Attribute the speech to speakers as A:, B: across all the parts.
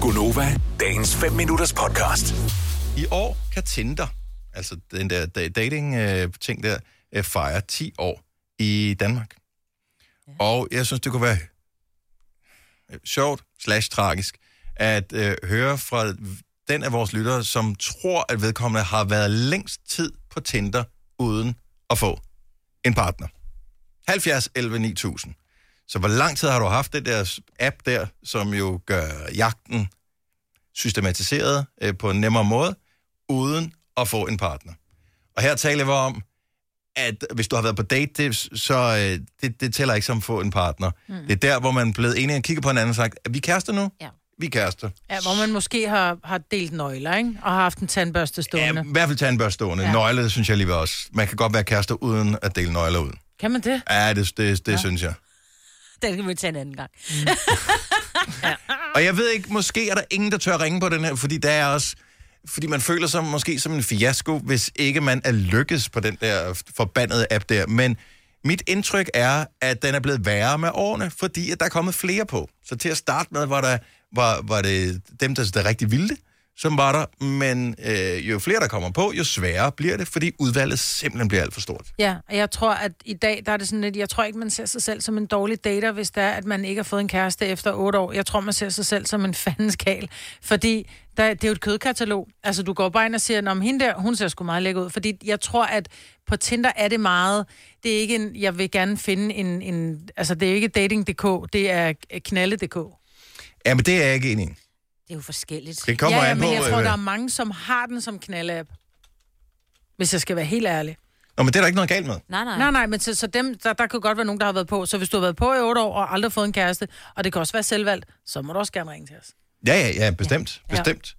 A: Gunova, dagens 5 minutters podcast.
B: I år kan Tinder, altså den der da- dating-ting der, øh, fejre 10 år i Danmark. Ja. Og jeg synes, det kunne være øh, sjovt slash tragisk at øh, høre fra den af vores lyttere, som tror, at vedkommende har været længst tid på Tinder uden at få en partner. 70 11 9000. Så hvor lang tid har du haft det der app der, som jo gør jagten systematiseret øh, på en nemmere måde, uden at få en partner. Og her taler vi om, at hvis du har været på date, det, så øh, det, det tæller ikke som at få en partner. Mm. Det er der, hvor man er blevet enige og kigger på hinanden og sagt, er vi kærester nu?
C: Ja.
B: Vi er kærester.
D: Ja, hvor man måske har, har delt nøgler, ikke? Og har haft en tandbørste
B: Ja,
D: stående.
B: I hvert fald tandbørstående. Ja.
D: Ja.
B: Nøgler, det synes jeg alligevel også. Man kan godt være kærester uden at dele nøgler ud.
D: Kan man det?
B: Ja, det, det, det ja. synes jeg.
C: Den kan vi tage en anden gang.
B: Og jeg ved ikke, måske er der ingen, der tør ringe på den her, fordi der er også... Fordi man føler sig måske som en fiasko, hvis ikke man er lykkes på den der forbandede app der. Men mit indtryk er, at den er blevet værre med årene, fordi at der er kommet flere på. Så til at starte med var, der, var, var det dem, der, der rigtig ville det, som var der. Men øh, jo flere, der kommer på, jo sværere bliver det, fordi udvalget simpelthen bliver alt for stort.
D: Ja, og jeg tror, at i dag, der er det sådan lidt, jeg tror ikke, man ser sig selv som en dårlig dater, hvis det er, at man ikke har fået en kæreste efter otte år. Jeg tror, man ser sig selv som en fandenskal, fordi der, det er jo et kødkatalog. Altså, du går bare ind og siger, om hende der, hun ser sgu meget lækker ud, fordi jeg tror, at på Tinder er det meget, det er ikke en, jeg vil gerne finde en, en altså det er jo ikke dating.dk, det er knalde.dk.
B: Jamen, det er jeg ikke enig i.
C: Det er jo forskelligt.
B: Det kommer
D: ja, ja,
B: an på...
D: men jeg tror,
B: øh,
D: der er mange, som har den som knaldapp. Hvis jeg skal være helt ærlig.
B: Nå, men det er der ikke noget galt med.
C: Nej, nej.
D: Nej, nej, men så, så dem, der, der kan godt være nogen, der har været på. Så hvis du har været på i otte år og aldrig fået en kæreste, og det kan også være selvvalgt, så må du også gerne ringe til os.
B: Ja, ja, ja, bestemt. Ja.
D: Ja.
B: Bestemt.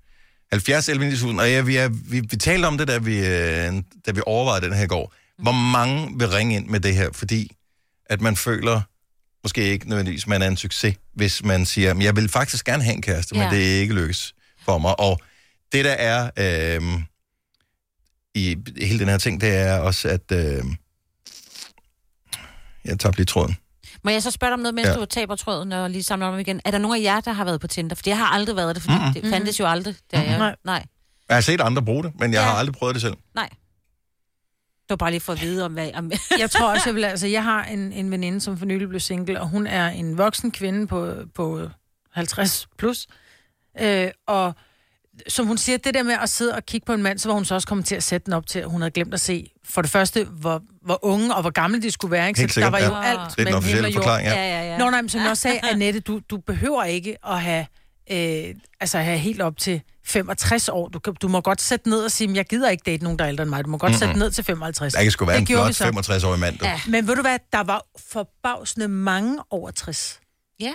B: 70 11 9000. Og ja, vi, er, vi, vi talte om det, da vi, øh, da vi overvejede den her i går. Hvor mange vil ringe ind med det her, fordi at man føler, måske ikke nødvendigvis, man er en succes, hvis man siger, "Men jeg vil faktisk gerne have en kæreste, ja.
C: Ja.
B: men det er ikke lykkes for mig. Og det, der er øh, i hele den her ting, det er også, at øh, jeg tabte lige tråden.
C: Må jeg så spørge dig om noget, mens
B: Ja.
C: ja. du taber tråden og lige samler om igen? Er der nogen af jer, der har været på Tinder? For jeg har aldrig været det, for mm-hmm. det fandtes jo aldrig. Da jeg...
D: Nej.
C: nej.
B: Jeg har set andre bruge det, men jeg ja.
C: Ja.
B: har aldrig prøvet det selv.
C: Nej. Det var bare lige for at vide om, hvad... Om...
D: Jeg tror også, jeg vil, altså, jeg har en, en veninde, som for nylig blev single, og hun er en voksen kvinde på, på 50 plus. Øh, og som hun siger, det der med at sidde og kigge på en mand, så var hun så også kommet til at sætte den op til, at hun havde glemt at se, for det første, hvor, hvor unge og hvor gamle de skulle være. Ikke? Så
B: Helt sikkert,
D: der var jo
B: ja.
D: alt
B: Det er den
D: mellem himmel
B: officielle
D: og jord.
B: forklaring, ja.
C: ja, ja, ja.
D: Nå, nej, men som jeg også sagde, Annette, du, du behøver ikke at have, øh, altså have helt op til 65 år. Du, kan, du må godt sætte ned og sige, "Men jeg gider ikke date nogen, der er ældre end mig. Du må godt mm-hmm. sætte ned til 55.
B: Der kan sgu være en
D: det gjorde vi
B: flot
D: så.
B: 65-årig mand, der
C: Ja.
D: Men ved du hvad, der var forbavsende mange over 60.
C: ja.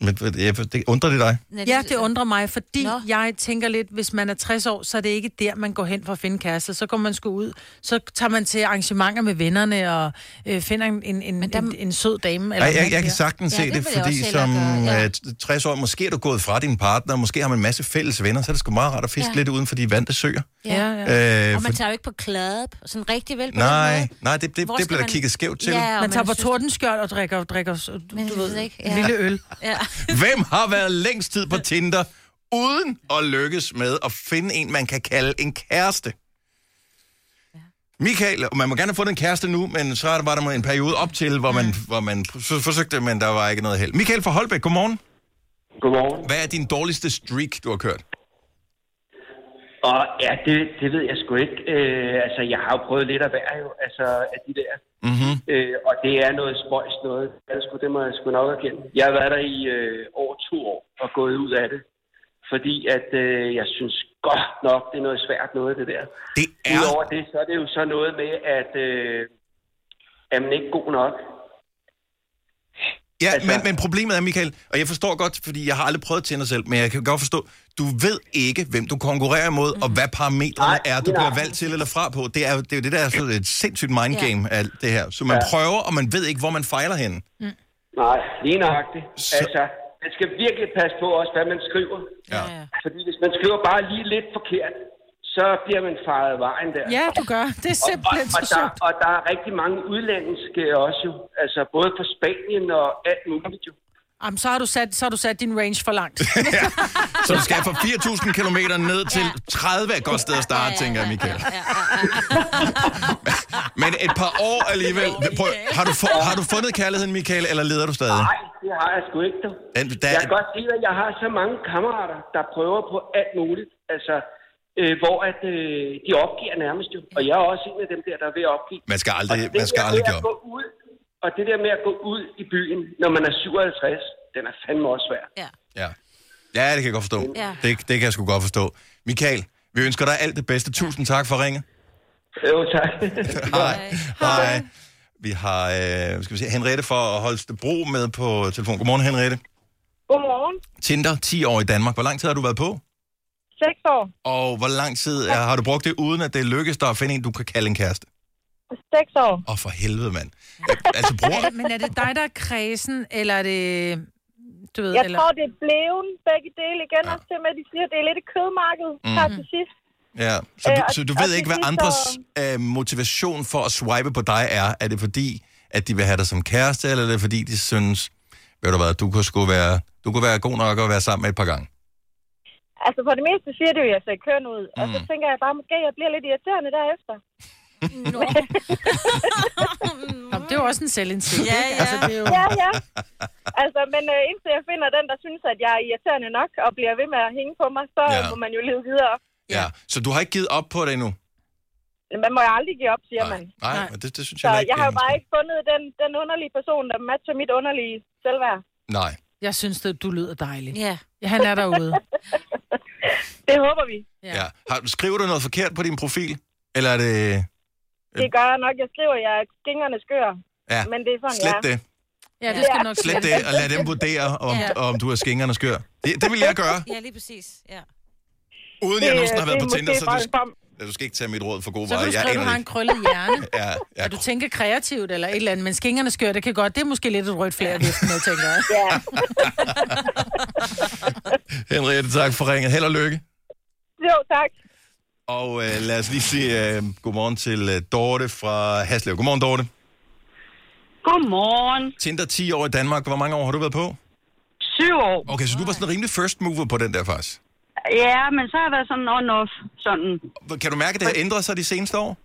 B: Men hvad- jeg for- det undrer det dig.
C: Nej,
D: Ja, det undrer mig, fordi
C: Nå.
D: Nå. jeg tænker lidt, hvis man er 60 år, så er det ikke der, man går hen for at finde kæreste. Så går man sgu ud, så tager man til arrangementer med vennerne og øh, finder en, en, en,
C: der-
D: en, en sød dame. Eller
B: Ej, jeg,
D: mand
B: jeg kan
D: der.
B: sagtens se
C: Ja, det
B: det,
C: vil jeg
B: fordi
C: også
B: som
C: hellere gøre, ja.
B: øh, 60 år, måske er du gået fra din partner, måske har man en masse fælles venner, så er det sgu meget rart at fiske ja.
C: Ja.
B: lidt uden for de vante søer.
D: Ja, ja.
B: Øh,
C: Og man
B: for,
C: tager jo ikke på klade, sådan rigtig vel på den
B: nej,
C: måde.
B: nej, det, det,
C: Hvor
B: det
C: skal
B: bliver der
C: man-
B: kigget skævt til.
C: Ja, og
D: Man tager på
C: synes-
D: tordenskjørt og drikker, drikker så- du,
C: Men
D: du
C: jeg ved
D: ved,
C: ikke,
D: en
C: ja.
D: lille øl.
C: Ja.
B: Hvem har været længst tid på Tinder, uden at lykkes med at finde en, man kan kalde en kæreste? Michael, og man må gerne have fundet en kæreste nu, men så var der en periode op til, hvor man, hvor man pr- forsøgte, men der var ikke noget held. Michael fra Holbæk, godmorgen.
E: Godmorgen.
B: Hvad er din dårligste streak, du har kørt?
E: Og ja, det, det ved jeg sgu ikke. Øh, altså, jeg har jo prøvet lidt af hver jo, altså, af de der. Mm-hmm. Øh, og det er noget spøjs noget. Jeg sgu, det må jeg sgu nok erkende. Jeg har været der i øh, over to år og gået ud af det. Fordi at øh, jeg synes godt nok, det er noget svært noget, det der.
B: Det er...
E: Udover det, så er det jo så noget med, at, øh, at man ikke er god nok.
B: Ja,
E: Altså-
B: men, men problemet er, Michael, og jeg forstår godt, fordi jeg har aldrig prøvet Tinder selv, men jeg kan godt forstå, du ved ikke, hvem du konkurrerer imod, og hvad
E: Mm. Nej,
B: parametrene er, du
E: nej.
B: bliver valgt til eller fra på. Det er jo det, er jo det der er sådan et sindssygt mindgame af det her. Så man
E: Ja.
B: prøver, og man ved ikke, hvor man fejler henne.
E: Nej, lige nøjagtigt.
B: Så-
E: Altså, man skal virkelig passe på også, hvad man skriver.
B: Ja.
E: Fordi hvis man skriver bare lige lidt forkert, så bliver man faret af vejen der.
D: Ja, du gør. Det er
E: og, og,
D: simpelthen
E: og,
D: så
E: der,
D: sjovt.
E: og der er rigtig mange udlandske også jo. Altså både fra Spanien og alt muligt jo.
D: Jamen, så har, du sat, så har du sat din range for langt.
B: Så du skal fra 4.000 km ned til 30 er et godt sted at starte, tænker jeg, Michael. Men et par år alligevel. Prøv, har, du fu- har du fundet kærligheden, Michael, eller leder du stadig?
E: Nej, det har jeg sgu ikke, du.
B: Den- der-
E: Jeg kan godt se, at jeg har så mange kammerater, der prøver på alt muligt. Altså, øh, hvor at, øh, de opgiver nærmest jo. Og jeg er også en af dem der, der er ved at opgive.
B: Man skal
E: Og
B: aldrig,
E: Altså, det
B: Altså, man skal
E: der
B: aldrig
E: med
B: give
E: at
B: op.
E: gå ud, og det der med at gå ud i byen, når man er 57, den er fandme også svær.
C: Ja.
B: Ja. ja, det kan jeg godt forstå.
C: Ja.
B: Det, det kan jeg sgu godt forstå. Michael, vi ønsker dig alt det bedste. Tusind tak for ringet.
E: Jo, tak.
B: Hej. Hej. Vi har øh, skal vi se, Henriette fra Holstebro med på telefon. Godmorgen, Henriette.
F: Godmorgen.
B: Tinder, 10 år i Danmark. Hvor lang tid har du været på?
F: 6 år.
B: Og hvor lang tid er, har du brugt det, uden at det lykkes dig at finde en, du kan kalde en kæreste?
F: 6 år.
B: Åh, oh, for helvede, mand. Øh, Altså, bruger...
D: Men er det dig, der er kredsen, eller er det... Du ved,
F: Jeg
D: eller...
F: tror, det er bleven begge dele igen,
B: Ja.
F: ja. også til med, at de siger, at det er lidt et kødmarked mm. her til sidst.
B: Ja. Så,
F: Øh,
B: du,
F: og-
B: så du
F: og
B: ved
F: til
B: ikke, hvad
F: sidst
B: andres
F: så-
B: øh, motivation for at swipe på dig er. Er det fordi, at de vil have dig som kæreste, eller er det fordi, de synes, ved du hvad, du kunne, sgu være, du kunne være god nok at være sammen med et par gange?
F: Altså for det meste siger det jo, at jeg ser køn ud. Mm. Og så tænker jeg bare, måske jeg bliver lidt irriterende derefter.
D: Nå, det er jo også en selvindsigt.
C: Ja,
D: ikke?
C: ja.
D: Altså, det er jo...
F: Ja, ja. altså, men øh, indtil jeg finder den, der synes, at jeg er irriterende nok, og bliver ved med at hænge på mig, så
B: Ja.
F: ja. må man jo leve videre.
B: Ja. ja. Så du har ikke givet op på det endnu?
F: Man må jo aldrig give op, siger man.
B: Nej, nej, men det, det synes
F: Så
B: jeg heller ikke.
F: jeg har jo
B: øh,
F: bare ikke fundet den, den underlige person, der matcher mit underlige selvværd.
B: Nej.
D: Jeg synes, at du lyder dejlig.
C: Ja.
D: Ja. Han er derude.
F: Det håber vi.
B: Ja. ja. Har, skriver du noget forkert på din profil? Eller er det...
F: Det gør jeg nok. Jeg skriver, at jeg er skingerne skør.
B: Ja,
F: Men det er sådan,
B: slet
F: jeg
B: det.
F: er.
D: Ja, det skal nok
B: Slet det, og lad dem vurdere, om, ja.
C: Ja.
B: om du er skingerne skør. Det, det vil jeg gøre,
C: Ja, lige præcis. Ja.
B: uden jeg nogensinde har været på
F: Øh, måske
B: Tinder, så
F: bare
B: du,
F: en form-
B: du skal ikke tage mit råd for gode
D: Så kan
B: varer.
D: du
B: Jeg
D: skrive, at du
B: aner
D: har
B: det
D: en
B: ikke.
D: krøllet hjerne.
B: Ja, ja,
D: Og du tænker kreativt eller et eller andet, men skingerne skør, det kan godt. Det er måske lidt et rødt flag, at vifte med, tænker jeg.
F: Ja,
B: Henriette, tak for ringet. Held og lykke.
F: jo tak.
B: Og øh, lad os lige sige øh, godmorgen til øh, Dorte fra Haslev. Godmorgen, Dorte.
G: Godmorgen.
B: Tinder 10 år i Danmark. Hvor mange år har du været på?
G: Syv år.
B: Okay, så du var sådan en rimelig first mover på den der, faktisk.
G: Ja, men så har jeg været sådan on-off. Sådan.
B: Kan du mærke, at det har ændret sig de seneste år?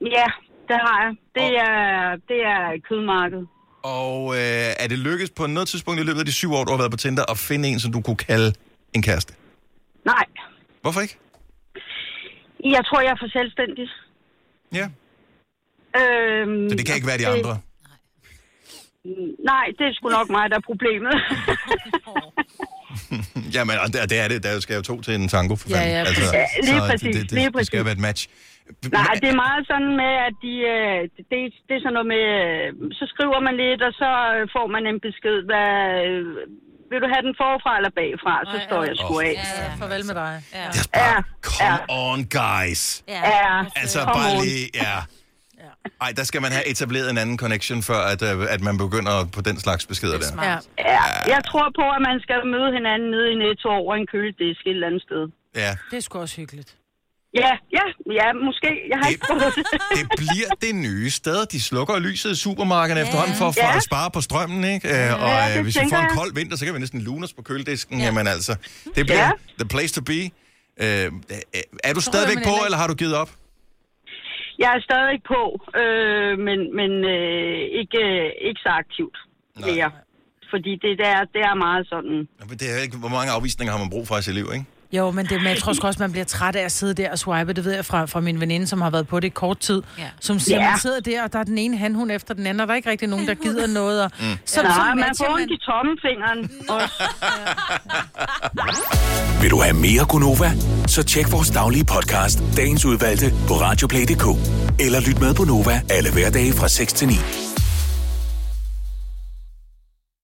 G: Ja, det har jeg. Det er, det er et kødmarked.
B: Og øh, er det lykkedes på noget tidspunkt i løbet af de syv år, du har været på Tinder, at finde en, som du kunne kalde en kæreste?
G: Nej.
B: Hvorfor ikke?
G: Jeg tror, jeg er for selvstændig.
B: Ja.
G: Øhm,
B: Så det kan ikke være de andre.
G: Nej, det er sgu nok mig, der er problemet.
B: Jamen, og det, det er det. Der skal jo to til en tango, for
D: Ja,
B: fanden.
D: ja,
B: altså,
G: Ja, lige
B: så
G: præcis,
B: Det, det, det, det
G: lige
B: skal
G: præcis.
B: jo være et match.
G: Nej, det er meget sådan med, at de, øh, det, det er sådan noget med, øh, så skriver man lidt, og så øh, får man en besked, hvad, øh, vil du have den forfra eller bagfra, så
D: Ej,
G: står
D: ja.
G: jeg sgu
B: Åh,
G: af.
D: Ja, farvel med dig. Ja.
B: Det er bare, Ah,
G: Ja,
B: come on, guys.
C: Ja.
G: Ja,
B: Altså,
G: Come
B: bare
G: on.
B: lige, ja. Ej, der skal man have etableret en anden connection, før at, øh, at man begynder på den slags beskeder der.
D: ja.
G: Ja, jeg tror på, at man skal møde hinanden nede i Netto over en køledisk et eller andet sted.
B: Ja.
D: Det er sgu også hyggeligt.
G: Ja, ja, ja, måske. Jeg har ikke prøvet det.
B: det bliver det nye sted. De slukker lyset i supermarkederne ja. efterhånden for, for
G: Ja.
B: at spare på strømmen, ikke? Ja, og
G: Ja, det
B: øh, hvis vi
G: tænker
B: får en
G: jeg.
B: kold vinter, så kan vi næsten lune os på køledisken. Ja. Jamen altså, det bliver ja.
G: Ja.
B: the place to be. Øh, er du stadigvæk
D: man
B: på,
D: heller
B: eller har du givet op?
G: Jeg er stadig på, øh, men, men øh, ikke, øh, ikke så aktivt
B: Nej.
G: mere. Fordi det, der, det er meget sådan...
B: Jamen, Det er ikke, hvor mange afvisninger har man brug for i sit liv, ikke?
D: Jo, men, det, men jeg tror sgu også, man bliver træt af at sidde der og swipe. Det ved jeg fra, fra min veninde, som har været på det i kort tid.
C: Ja.
D: Som siger,
G: Ja.
D: man sidder der, og der er den ene handhund efter den anden, og der er ikke rigtig nogen, der gider noget. Og, mm. så,
G: Nej,
D: så
G: man får
D: matcher
G: ondt i tommefingeren. også.
A: Vil du have mere Gunova? Så tjek vores daglige podcast, dagens udvalgte, på radioplay.dk. Eller lyt med på Nova alle hverdage fra 6 til 9.